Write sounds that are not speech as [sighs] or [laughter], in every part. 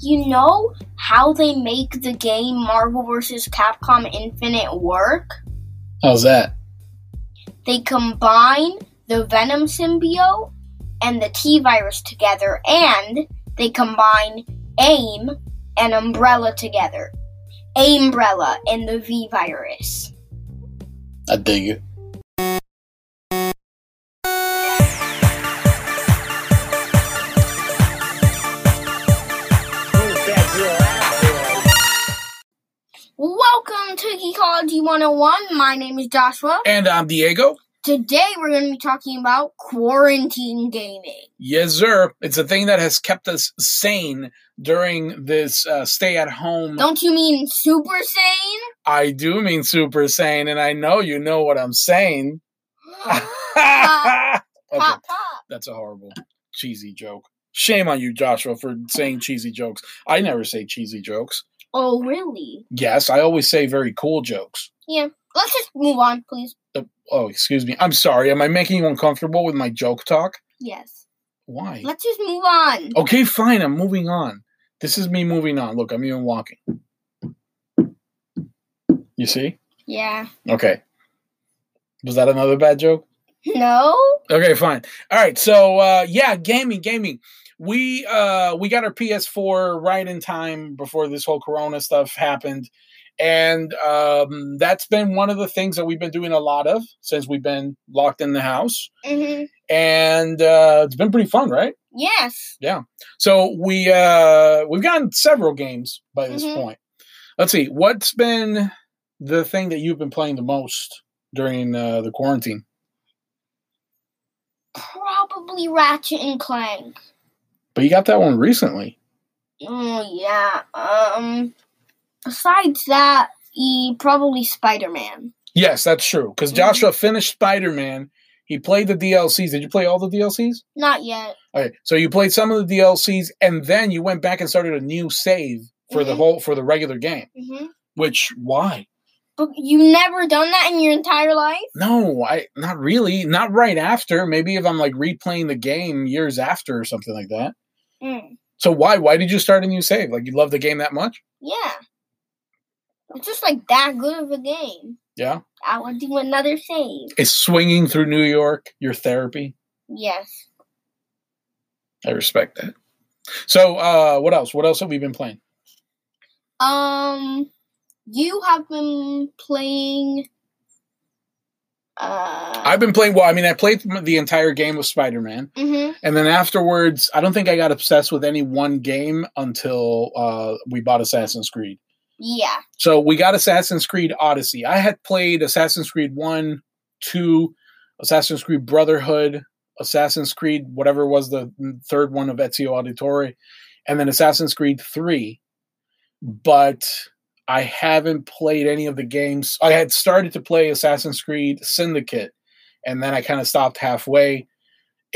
you know how they make the game Marvel vs. Capcom Infinite work? How's that? They combine the Venom symbiote and the T virus together, and they combine AIM and Umbrella together. Umbrella and the V virus. I dig it. Welcome to Geekology 101. My name is Joshua. And I'm Diego. Today we're going to be talking about quarantine gaming. Yes, sir. It's a thing that has kept us sane during this uh, stay at home. Don't you mean super sane? I do mean super sane, and I know you know what I'm saying. [laughs] Pop, Okay, Pop, pop. that's a horrible, cheesy joke. Shame on you, Joshua, for saying cheesy jokes. I never say cheesy jokes. Oh, really? Yes, I always say very cool jokes. Yeah. Let's just move on, please. Oh, excuse me. I'm sorry. Am I making you uncomfortable with my joke talk? Yes. Why? Let's just move on. Okay, fine. I'm moving on. This is me moving on. Look, I'm even walking. You see? Yeah. Okay. Was that another bad joke? No? Okay, fine. All right. So, uh, yeah, gaming, gaming. We uh, we got our PS4 right in time before this whole Corona stuff happened, and um, that's been one of the things that we've been doing a lot of since we've been locked in the house, hmm and uh, it's been pretty fun, right? Yes. So we uh we've gotten several games by this Mhm. point. Let's see what's been the thing that you've been playing the most during uh, the quarantine. Probably Ratchet and Clank. But you got that one recently. Oh, yeah. Um, besides that, e- probably Spider Man. Yes, that's true. Because Mhm. Joshua finished Spider Man. He played the DLCs. Did you play all the DLCs? Not yet. Okay, so you played some of the DLCs, and then you went back and started a new save for the Mhm. whole for the regular game. hmm Which why? But you've never done that in your entire life? No, I not really. Not right after. Maybe if I'm like replaying the game years after or something like that. Mm. So why why did you start a new save? Like you love the game that much? Yeah. It's just like that good of a game. Yeah. I would do another save. Is swinging through New York your therapy? Yes. I respect that. So uh what else? What else have we been playing? Um, you have been playing. Uh. I've been playing well, I mean I played the entire game of Spider-Man hmm and then afterwards I don't think I got obsessed with any one game until uh we bought Assassin's Creed. Yeah. So we got Assassin's Creed Odyssey. I had played Assassin's Creed 1, 2, Assassin's Creed Brotherhood, Assassin's Creed, whatever was the mm, third one of Ezio Auditore, and then Assassin's Creed 3. But I haven't played any of the games. I had started to play Assassin's Creed Syndicate, and then I kind of stopped halfway.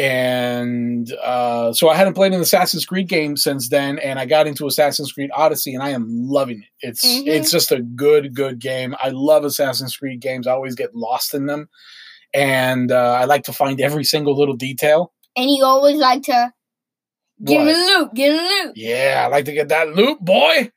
And uh, so I hadn't played an Assassin's Creed game since then, and I got into Assassin's Creed Odyssey, and I am loving it. It's Mhm. it's just a good good game. I love Assassin's Creed games. I always get lost in them, and uh, I like to find every single little detail. And you always like to give What? me loot, give me loot. Yeah, I like to get that loot, boy.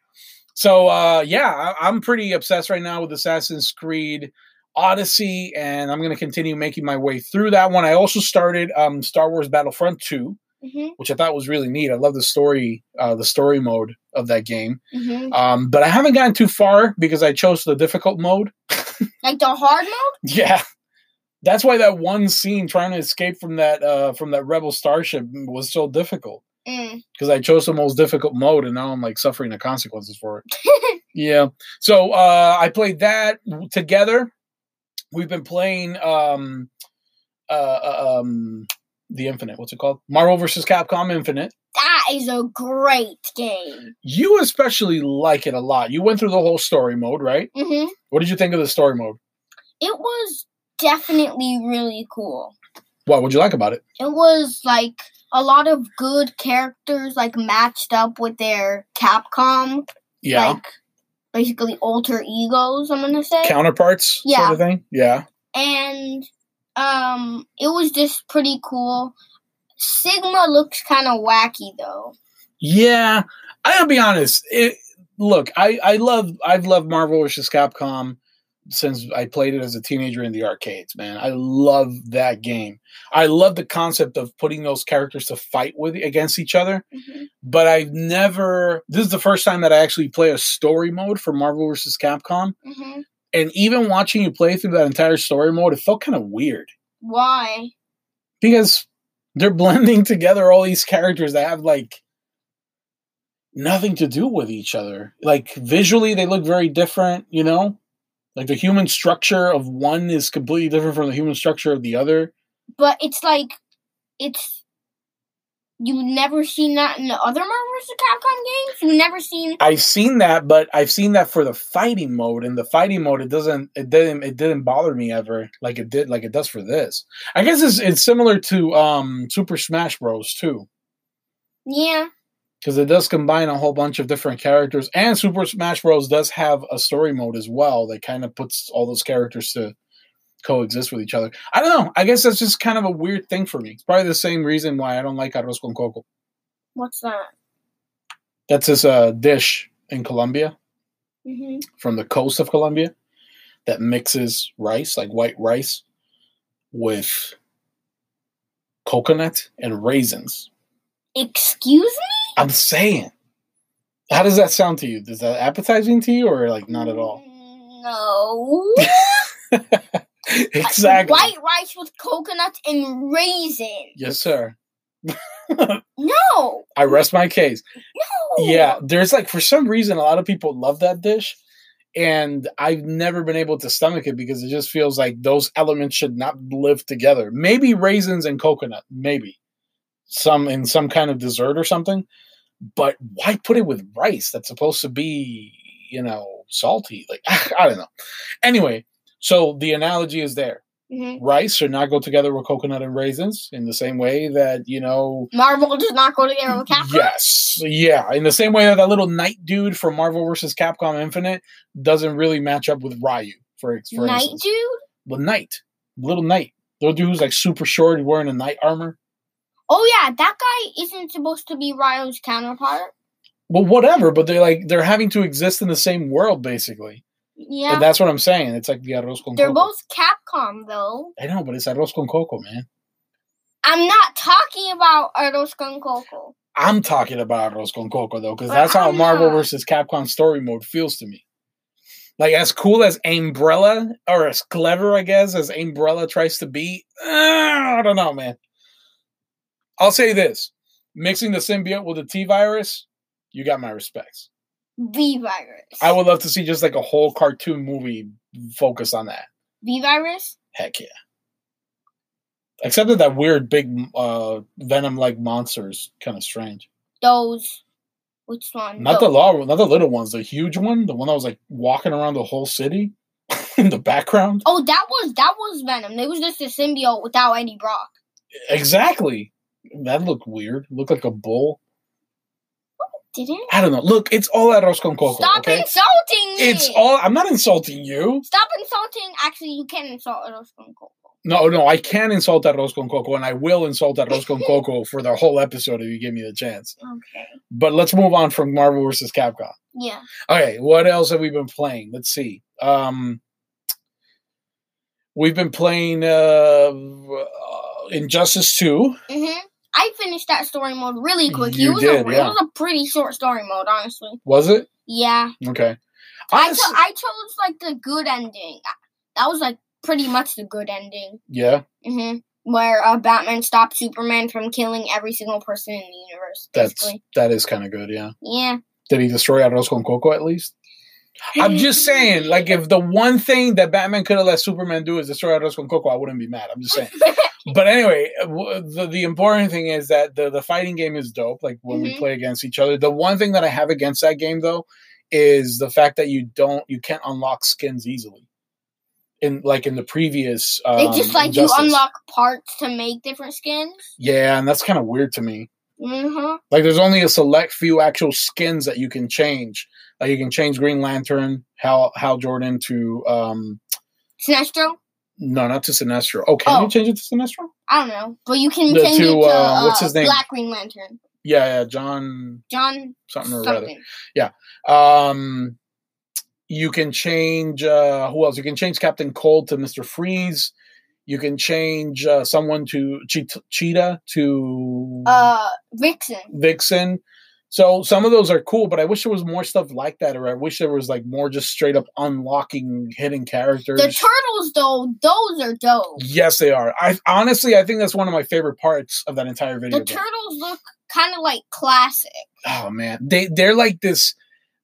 So uh yeah, I, I'm pretty obsessed right now with Assassin's Creed Odyssey, and I'm gonna continue making my way through that one. I also started um Star Wars Battlefront 2, Mhm. which I thought was really neat. I love the story, uh the story mode of that game. Mhm. Um, but I haven't gotten too far because I chose the difficult mode. [laughs] Like the hard mode. Yeah. That's why that one scene trying to escape from that uh from that rebel starship was so difficult Mm. because I chose the most difficult mode and now I'm like suffering the consequences for [laughs] it. yeah. So uh, I played that w- together. We've been playing um, uh, uh, um, the Infinite. What's it called? Marvel versus Capcom Infinite. That is a great game. You especially like it a lot. You went through the whole story mode, right? Mhm. What did you think of the story mode? It was definitely really cool. What would you like about it? It was like a lot of good characters like matched up with their Capcom Yeah. like basically alter egos, I'm gonna say. Counterparts, Yeah. sort of thing. Yeah. and um it was just pretty cool. Sigma looks kinda wacky though. Yeah. I gotta be honest. It, look, I I love I've loved Marvel vs. Capcom since I played it as a teenager in the arcades. Man, I love that game. I love the concept of putting those characters to fight with against each other. Mhm. But I've never. This is the first time that I actually play a story mode for Marvel vs. Capcom. Mhm. And even watching you play through that entire story mode, it felt kind of weird Why? because they're blending together all these characters that have like nothing to do with each other. Like visually, they look very different, you know? Like the human structure of one is completely different from the human structure of the other. But it's like, it's. You've never seen that in the other Marvel vs. Capcom games? You've never seen. I've seen that, but I've seen that for the fighting mode. In the fighting mode, it doesn't, it didn't, it didn't bother me ever, like it did, like it does for this. I guess it's it's similar to um Super Smash Bros. too. Yeah. because it does combine a whole bunch of different characters and super smash bros does have a story mode as well that kind of puts all those characters to coexist with each other i don't know i guess that's just kind of a weird thing for me it's probably the same reason why i don't like arroz con coco What's that? that's this uh, dish in colombia Mm-hmm. from the coast of colombia that mixes rice like white rice with coconut and raisins Excuse me? i'm saying how does that sound to you is that appetizing to you or like not at all No. [laughs] exactly. White rice with coconuts and raisins. Yes, sir. No. I rest my case. No. Yeah, there's like for some reason a lot of people love that dish, and I've never been able to stomach it because it just feels like those elements should not live together. Maybe raisins and coconut, maybe some in some kind of dessert or something. But why put it with rice that's supposed to be, you know, salty? Like [laughs] I don't know. Anyway, so the analogy is there. Mhm. rice should not go together with coconut and raisins in the same way that you know Marvel does not go together [laughs] with Capcom. yes yeah in the same way that that little knight dude from marvel versus capcom infinite doesn't really match up with ryu for, ex- for Night instance dude? the knight little knight little dude who's like super short wearing a knight armor Oh yeah, that guy isn't supposed to be Rylo's counterpart. well whatever but they're like they're having to exist in the same world basically Yeah. and that's what i'm saying it's like the arroz con They're coco both Capcom though. i know but it's arroz con coco man I'm not talking about Ardos Gun Coco. i'm talking about arroz con coco though because But that's how I'm marvel not. versus capcom story mode feels to me like as cool as Umbrella or as clever, I guess, as Umbrella tries to be, uh, I don't know, man. I'll say this: mixing the symbiote with the T virus, you got my respects. V virus. I would love to see just like a whole cartoon movie focused on that. V virus? Heck yeah! Except that that weird big uh, venom-like monster is kind of strange. Those which one? Not the Those. law, not the little ones, the huge one, the one that was like walking around the whole city [laughs] in the background. Oh that was that was Venom. It was just a symbiote without any Brock. Exactly. That looked weird. Looked like a bull. Didn't it? I don't know. Look, it's all arroz con coco. Stop okay? insulting me. It's all. I'm not insulting you. Stop insulting. Actually, you can insult Ardos Gun Coco. No, no, I can insult arroz con coco, and I will insult arroz [laughs] con coco for the whole episode if you give me the chance. Okay. But let's move on from Marvel versus Capcom. Yeah. Okay, what else have we been playing? Let's see. Um, we've been playing uh, uh, Injustice Two. Mhm. I finished that story mode really quick. You it was did, a, yeah. It was a pretty short story mode, honestly. Was it Yeah. okay? I, Honest- cho- I chose like the good ending. That was like pretty much the good ending. yeah, hmm Where uh, Batman stopped Superman from killing every single person in the universe. that's Basically. that is kind of good. Yeah. yeah. Did he destroy Arroz con Coco at least? I'm [laughs] just saying, like, if the one thing that Batman could have let Superman do is destroy Arroz con Coco, I wouldn't be mad. I'm just saying. But anyway, w- the, the important thing is that the, the fighting game is dope, like, when we Mhm. play against each other. The one thing that I have against that game, though, is the fact that you don't, you can't unlock skins easily. In, like, in the previous. Um, it's just like Injustice. you unlock parts to make different skins. Yeah, and that's kind of weird to me. Mm-hmm. Like there's only a select few actual skins that you can change. Like you can change Green Lantern, Hal Hal Jordan to um Sinestro? no, not to Sinestro. Oh, can Oh. you change it to Sinestro? I don't know. But you can The change two, it to uh, uh, what's his name? Black Green Lantern. Yeah, yeah, John John something or other. something. Um, you can change uh, who else? You can change Captain Cold to Mister Freeze. You can change uh, someone to Cheet Cheetah to Uh, Vixen. Vixen. So some of those are cool, but I wish there was more stuff like that, or I wish there was like more just straight up unlocking hidden characters. The turtles, though, those are dope. yes, they are. I honestly, I think that's one of my favorite parts of that entire video. The game. turtles look kind of like classic. oh man they they're like this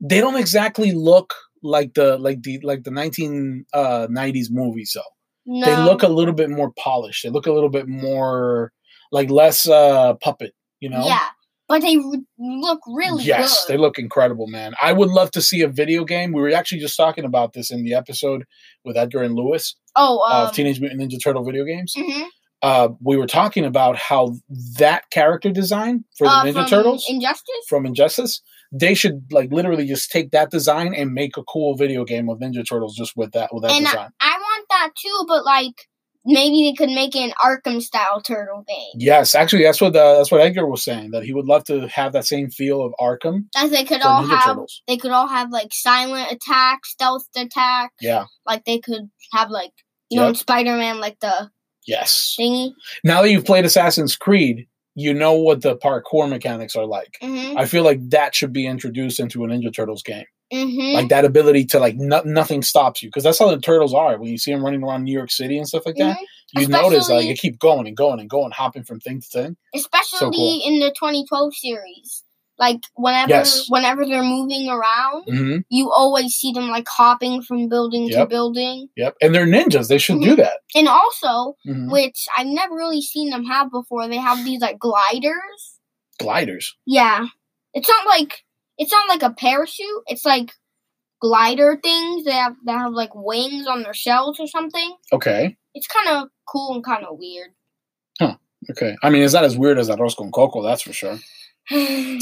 they don't exactly look like the like the like the 1990s uh, 90s movies though No, they look a little bit more polished they look a little bit more like less uh puppet you know yeah, but they r- look really yes good. they look incredible man i would love to see a video game we were actually just talking about this in the episode with edgar and lewis oh, um, of uh, teenage mutant ninja turtle video games mhm, uh, we were talking about how that character design for the uh, ninja from turtles Injustice. from Injustice, they should like literally just take that design and make a cool video game of Ninja Turtles just with that with that And design. I want that too, but like maybe they could make an Arkham style turtle game yes, actually, that's what uh, that's what Edgar was saying that he would love to have that same feel of Arkham that they could for all Ninja have. Turtles. They could all have like silent attack, stealth attack. Yeah. Like they could have like you know in Spider Man like the Yes. thingy. Now that you've played Assassin's Creed, you know what the parkour mechanics are like. hmm I feel like that should be introduced into a Ninja Turtles game. hmm Like that ability to like no- nothing stops you because that's how the turtles are. When you see them running around New York City and stuff like that, you notice like Mm-hmm. Especially- they keep going and going and going, hopping from thing to thing. especially cool. in the 2012 series. Like whenever Yes. whenever they're moving around, Mm-hmm. you always see them like hopping from building to Yep. building. Yep, and they're ninjas. They should do that. And also, Mhm. which I've never really seen them have before, they have these like gliders. Gliders. Yeah. It's not like it's not like a parachute. It's like glider things. They have that have like wings on their shells or something. Okay, It's kind of cool and kind of weird. [sighs] okay. I mean, it's not as weird as Arroz con Coco, that's for sure.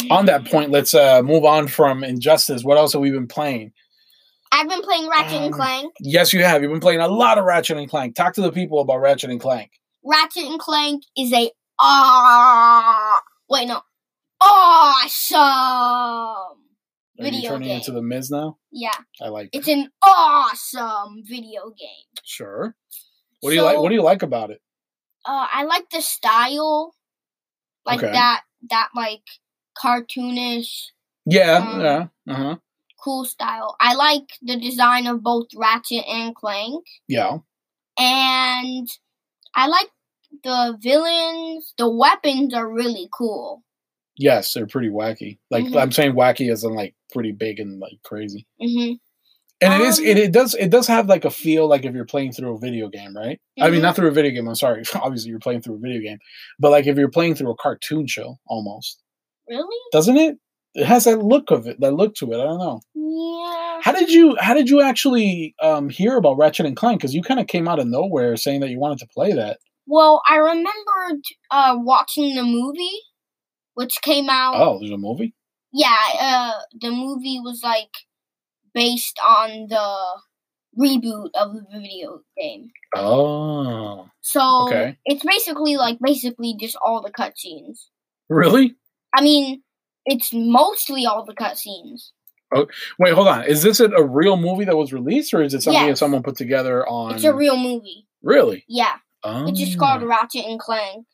On that point, let's uh, move on from Injustice. What else have we been playing? I've been playing Ratchet Um, and Clank. Yes, you have. You've been playing a lot of Ratchet and Clank. Talk to the people about Ratchet and Clank. Ratchet and Clank is a ah wait no awesome Are you Video turning game. into the Miz now? yeah I like. it's an awesome video game. Sure. What do you like? So, What do you like about it? Uh, I like the style, like Okay. that that like cartoonish Yeah, um, yeah, uh huh, cool style. I like the design of both Ratchet and Clank, yeah. and I like the villains. The weapons are really cool. Yes, they're pretty wacky. Like Mhm. I'm saying, wacky as in like pretty big and like crazy. hmm And it is Um, it, it does it does have like a feel like if you're playing through a video game, right? I mean Mhm. not through a video game, I'm sorry. [laughs] Obviously you're playing through a video game, but like if you're playing through a cartoon show almost. Really? Doesn't it? It has that look of it, that look to it. I don't know. Yeah. How did you how did you actually um hear about Ratchet and Clank cuz you kind of came out of nowhere saying that you wanted to play that. Well, I remembered uh, watching the movie, which came out. Oh, there's a movie? Yeah, uh, the movie was like based on the reboot of the video game. Oh. So Okay. it's basically like basically just all the cutscenes. Really? I mean, it's mostly all the cutscenes. Wait, hold on. Is this a, a real movie that was released or is it something that Yes. someone put together on It's a real movie. Really? Yeah, Oh. it's just called Ratchet and Clank.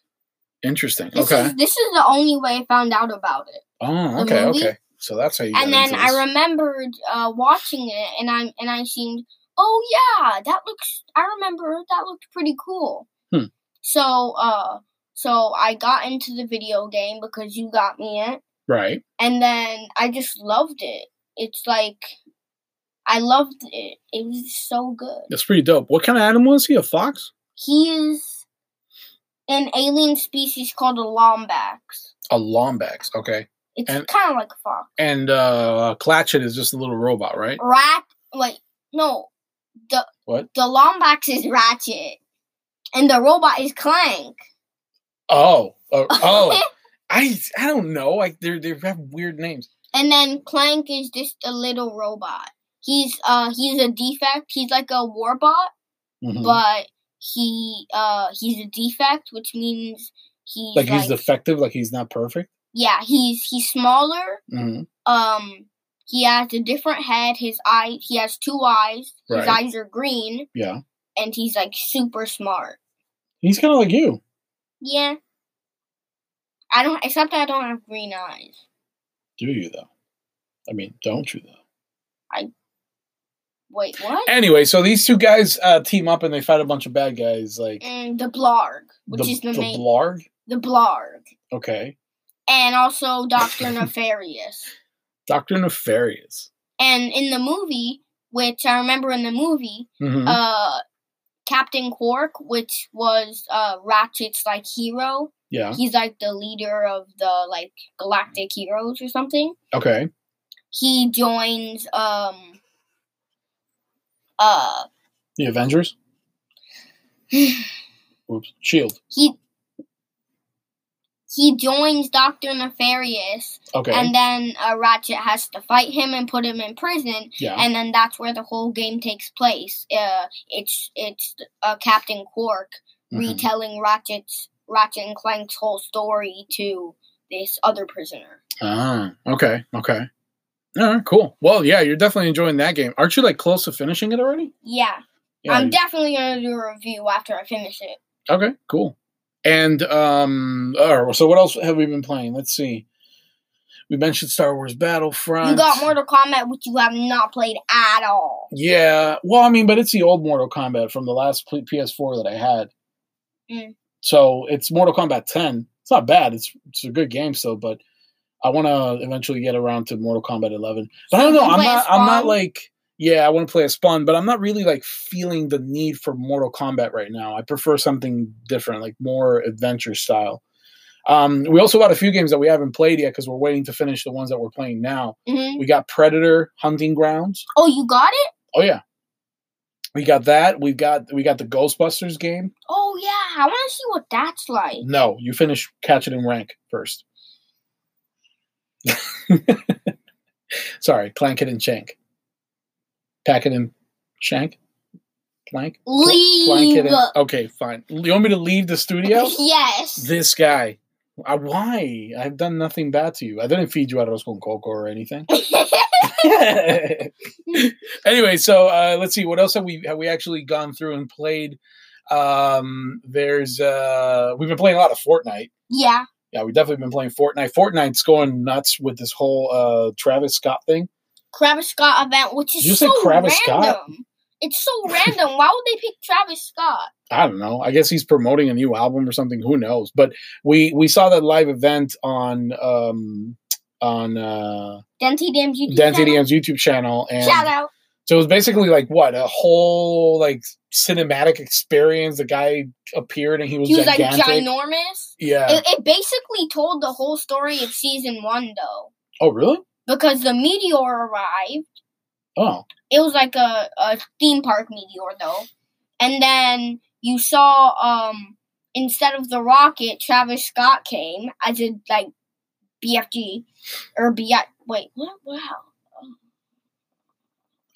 Interesting. This okay. is this is the only way I found out about it. Oh, the okay, movie. okay. So that's how you. and got then into I this. remembered uh, watching it, and I and I seen, oh yeah, that looks. I remember that looked pretty cool. Hmm. So, uh, so I got into the video game because you got me it, right. and then I just loved it. It's like, I loved it. It was so good. That's pretty dope. What kind of animal is he? A fox? He is an alien species called a lombax. A lombax. Okay. It's And- kind of like a fox. And uh Clatchett is just a little robot, right? Rat. Wait, no. The What? The Lombax is Ratchet, and the robot is Clank. Oh. [laughs] uh, oh. I I don't know. Like they they have weird names. and then Clank is just a little robot. He's uh he's a defect. He's like a warbot, Mm-hmm. Mhm. but he uh he's a defect, which means he's like he's defective, like he's not perfect. Yeah, he's he's smaller. hmm Um, he has a different head. His eye, he has two eyes. His Right. eyes are green, Yeah. and he's like super smart. He's kind of like you. Yeah. I don't. Except I don't have green eyes. Do you, though? I mean, don't you, though? Wait, what? Anyway, so these two guys uh, team up and they fight a bunch of bad guys, like And the Blarg, Eh, which the, is the, the main Blarg. the Blarg, Okay. and also [laughs] Doctor Nefarious. Dr. Nefarious. And in the movie, which I remember in the movie, Mhm. uh, Captain Quark, which was uh, Ratchet's like hero, yeah. he's like the leader of the like Galactic Heroes or something. Okay. He joins um [laughs] uh [sighs] The Avengers. Oops. Shield. he he joins Doctor Nefarious, Okay. and then uh, Ratchet has to fight him and put him in prison, yeah. and then that's where the whole game takes place. Uh, it's it's uh, Captain Quark Mhm. retelling Ratchet's Ratchet and Clank's whole story to this other prisoner. Ah, okay, okay. All right, cool. Well, yeah, you're definitely enjoying that game. Aren't you like close to finishing it already? Yeah, Yeah. I'm you- definitely gonna do a review after I finish it. okay, cool. And um, all right, so what else have we been playing? Let's see. We mentioned Star Wars Battlefront. You got Mortal Kombat, which you have not played at all. Yeah, well, I mean, but it's the old Mortal Kombat from the last pl- PS4 that I had. Mm. So it's Mortal Kombat 10. It's not bad. It's it's a good game still, but I want to eventually get around to Mortal Kombat 11. But I So don't know. you I'm play not. as I'm not Spawn? like. Yeah, I want to play a Spawn, but I'm not really like feeling the need for Mortal Kombat right now. I prefer something different, like more adventure style. Um, we also got a few games that we haven't played yet because we're waiting to finish the ones that we're playing now. hmm We got Predator Hunting Grounds. Oh, you got it? Oh yeah. We got that. We got we got the Ghostbusters game. Oh yeah, I want to see what that's like. No, you finish catch it in rank first. [laughs] Sorry, clank it and shank. Pack it and shank? Plank? Pl- Plank Leave. it in. Okay, fine. You want me to leave the [laughs] studio? yes. this guy. I, why? I've done nothing bad to you. I didn't feed you arroz con coco or anything. [laughs] anyway, so uh, let's see what else have we have we actually gone through and played. Um, there's uh, we've been playing a lot of Fortnite. yeah. Yeah, we've definitely been playing Fortnite. Fortnite's going nuts with this whole uh, Travis Scott thing. Travis Scott event, which is Did you say so Travis Scott? random. It's [laughs] so random. Why would they pick Travis Scott? I don't know. I guess he's promoting a new album or something. Who knows? But we we saw that live event on um on uh Dante Dam's YouTube Density channel? M's YouTube channel and Shout out. So it was basically like what a whole like cinematic experience. The guy appeared and he was, He was like gigantic. ginormous. yeah. It, it basically told the whole story of season one though, oh really? because the meteor arrived. Oh It was like a, a theme park meteor though, and then you saw um instead of the rocket, Travis Scott came as a like BFG or BI. Wait, what? Wow.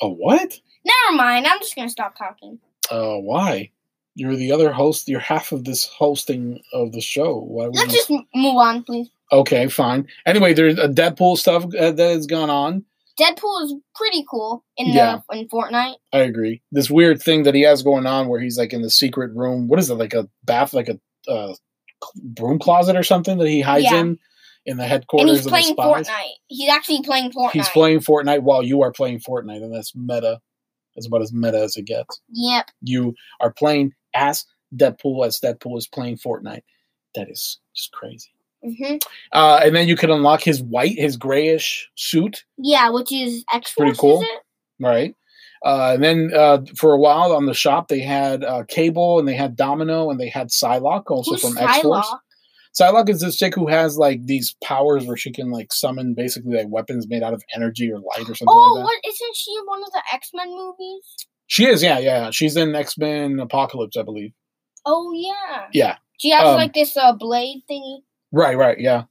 oh what? Never mind. I'm just gonna stop talking. Uh, why? You're the other host. You're half of this hosting of the show. Why would Let's you- just m- move on, please. okay, fine. Anyway, there's a Deadpool stuff uh, that has gone on. Deadpool is pretty cool in Yeah. the in Fortnite. I agree. This weird thing that he has going on where he's like in the secret room. What is it? Like a bath, like a uh, broom closet or something that he hides Yeah. in in the And headquarters he's of playing the spies. Fortnite. He's actually playing Fortnite. He's playing Fortnite while you are playing Fortnite, and that's meta. That's about as meta as it gets. Yep. You are playing as Deadpool as Deadpool is playing Fortnite. That is just crazy. hmm Uh, and then you can unlock his white, his grayish suit, Yeah, which is X Pretty Force. cool. Is it? right? Uh, and then uh, for a while on the shop, they had uh, Cable and they had Domino and they had Psylocke, also Who's from X Force. Psylocke? Psylocke is this chick who has like these powers where she can like summon basically like weapons made out of energy or light or something Oh, like that. what isn't she in one of the X Men movies? She is, yeah, yeah. She's in X Men Apocalypse, I believe. Oh yeah. Yeah. She has Um, like this uh, blade thingy. Right, right, yeah.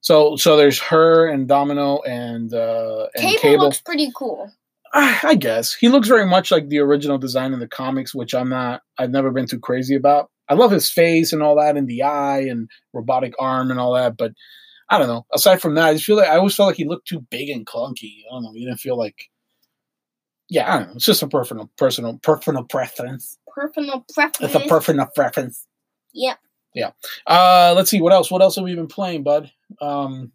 So, so there's her and Domino and uh, and Cable, Cable. looks pretty cool. I, I guess he looks very much like the original design in the comics, which I'm not. I've never been too crazy about. I love his face and all that, and the eye and robotic arm and all that, but I don't know. Aside from that, I just feel like I always felt like he looked too big and clunky. I don't know. He didn't feel like. Yeah, I don't know. It's just a personal, personal, personal preference. Personal It's preference. a personal preference. Yep. Uh, let's see what else. What else have we been playing, bud? Um,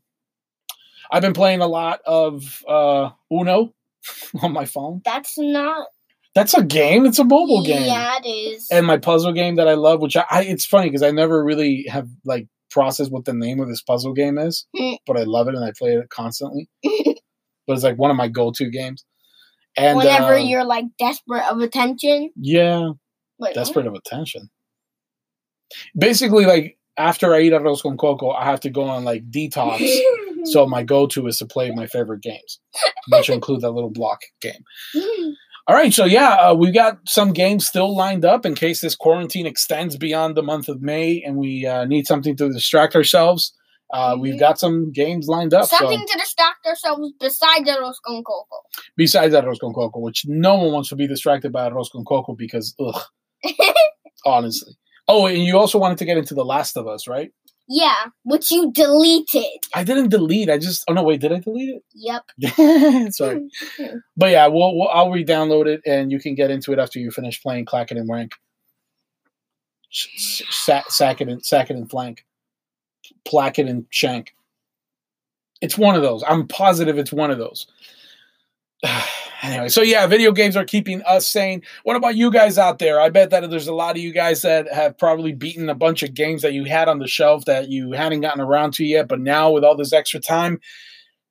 I've been playing a lot of uh, Uno [laughs] on my phone. That's not That's a game. It's a mobile game. Yeah, it is. and my puzzle game that I love, which I, I it's funny because I never really have like processed what the name of this puzzle game is, Mm. but I love it and I play [laughs] it constantly. but it's like one of my go-to games. And Whenever uh, you're like desperate of attention, yeah, wait, desperate of attention. Basically, like after I eat arroz con coco, I have to go on like [laughs] detox. so my go-to is to play my favorite games, which include that little block game. Hmm. All right, so yeah, uh, we've got some games still lined up in case this quarantine extends beyond the month of May and we uh, need something to distract ourselves. Uh, We've Mhm. got some games lined up. something So to distract ourselves besides arroz con coco. [laughs] besides arroz con coco, which no one wants to be distracted by arroz con coco because ugh, honestly. Oh, and you also wanted to get into The Last of Us, right? yeah, which you deleted. I didn't delete. I just. Oh no, wait, did I delete Yep. it? [laughs] Sorry, but yeah, we'll, we'll I'll re-download it and you can get into it after you finish playing Clacket and Rank. S- s- Sack, sack it and sack it and flank, placket and shank. It's one of those. I'm positive it's one of those. [sighs] anyway, so yeah, video games are keeping us sane. What about you guys out there? I bet that there's a lot of you guys that have probably beaten a bunch of games that you had on the shelf that you hadn't gotten around to yet, but now with all this extra time,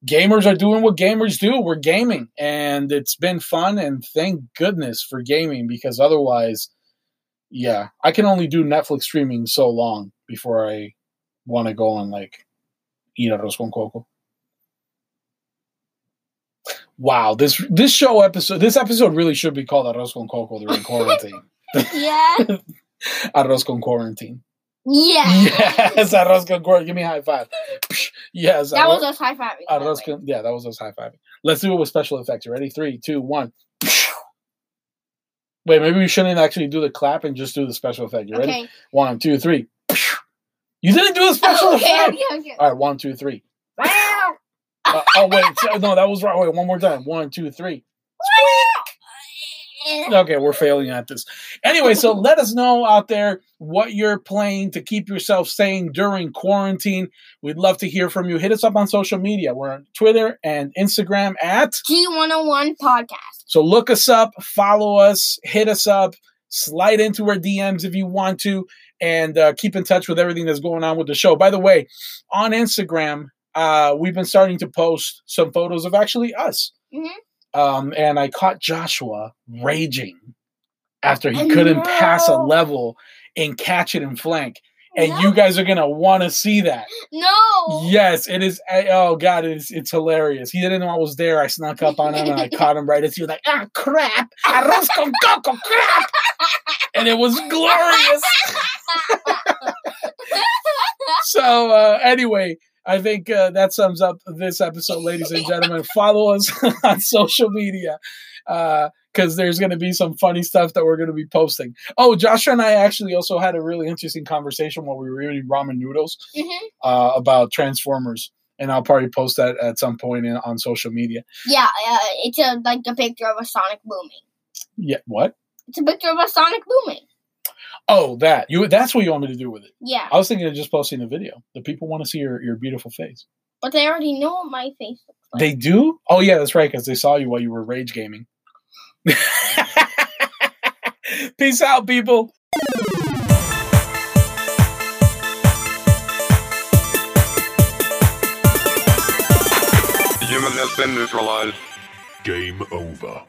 gamers are doing what gamers do. We're gaming, and it's been fun. And thank goodness for gaming because otherwise, yeah, I can only do Netflix streaming so long before I want to go and like eat arroz con coco. Wow this this show episode this episode really should be called arroz con coco [laughs] during quarantine. [laughs] Yeah. [laughs] arroz con quarantine. Yeah. Yes, arroz con quarantine. Give me [laughs] a high five. Psh, Yes, That arroz- was us high fiving. by uh, the let's way. go- yeah, that was us high fiving. Let's do it with special effects. You Ready? Three, two, one. Wait, maybe we shouldn't actually do the clap and just do the special effect. You ready? Okay. One, two, three. You didn't do the [laughs] special Oh, Okay. effect. Okay. Okay. All right, one, two, three. Wow. Uh, oh wait, so- no, that was wrong. Wait, one more time. One, two, three. Okay, we're failing at this. Anyway, so let us know out there what you're playing to keep yourself sane during quarantine. We'd love to hear from you. Hit us up on social media. We're on Twitter and Instagram at G101 podcast. So look us up, follow us, hit us up, slide into our DMs if you want to, and uh, keep in touch with everything that's going on with the show. By the way, on Instagram, uh, we've been starting to post some photos of actually us. Mhm. Um, and I caught Joshua raging after he I couldn't pass a know. level and catch it in flank. And you guys are gonna want to see that. No. Yes, it is. I- Oh God, it's it's hilarious. He didn't know I was there. I snuck up on him and I caught him right as he was like, "Ah, crap! Arroz con coco, crap!" And it was glorious. [laughs] So uh, anyway, I think uh, that sums up this episode, ladies and gentlemen. Follow us [laughs] on social media because there's going to be some funny stuff that we're going to be posting. Oh, Joshua and I actually also had a really interesting conversation while we were eating ramen noodles Mhm. uh, about Transformers, and I'll probably post that at some point in, on social media. Yeah, uh, it's a, like the picture of a Sonic booming. Yeah, what? It's a picture of a Sonic booming. Oh, that you—that's what you want me to do with it. Yeah, I was thinking of just posting a video. The people want to see your, your beautiful face. but they already know what my face looks like. They do? Oh yeah, that's right, because they saw you while you were rage gaming. [laughs] Peace out, people. The unit has been neutralized. Game over.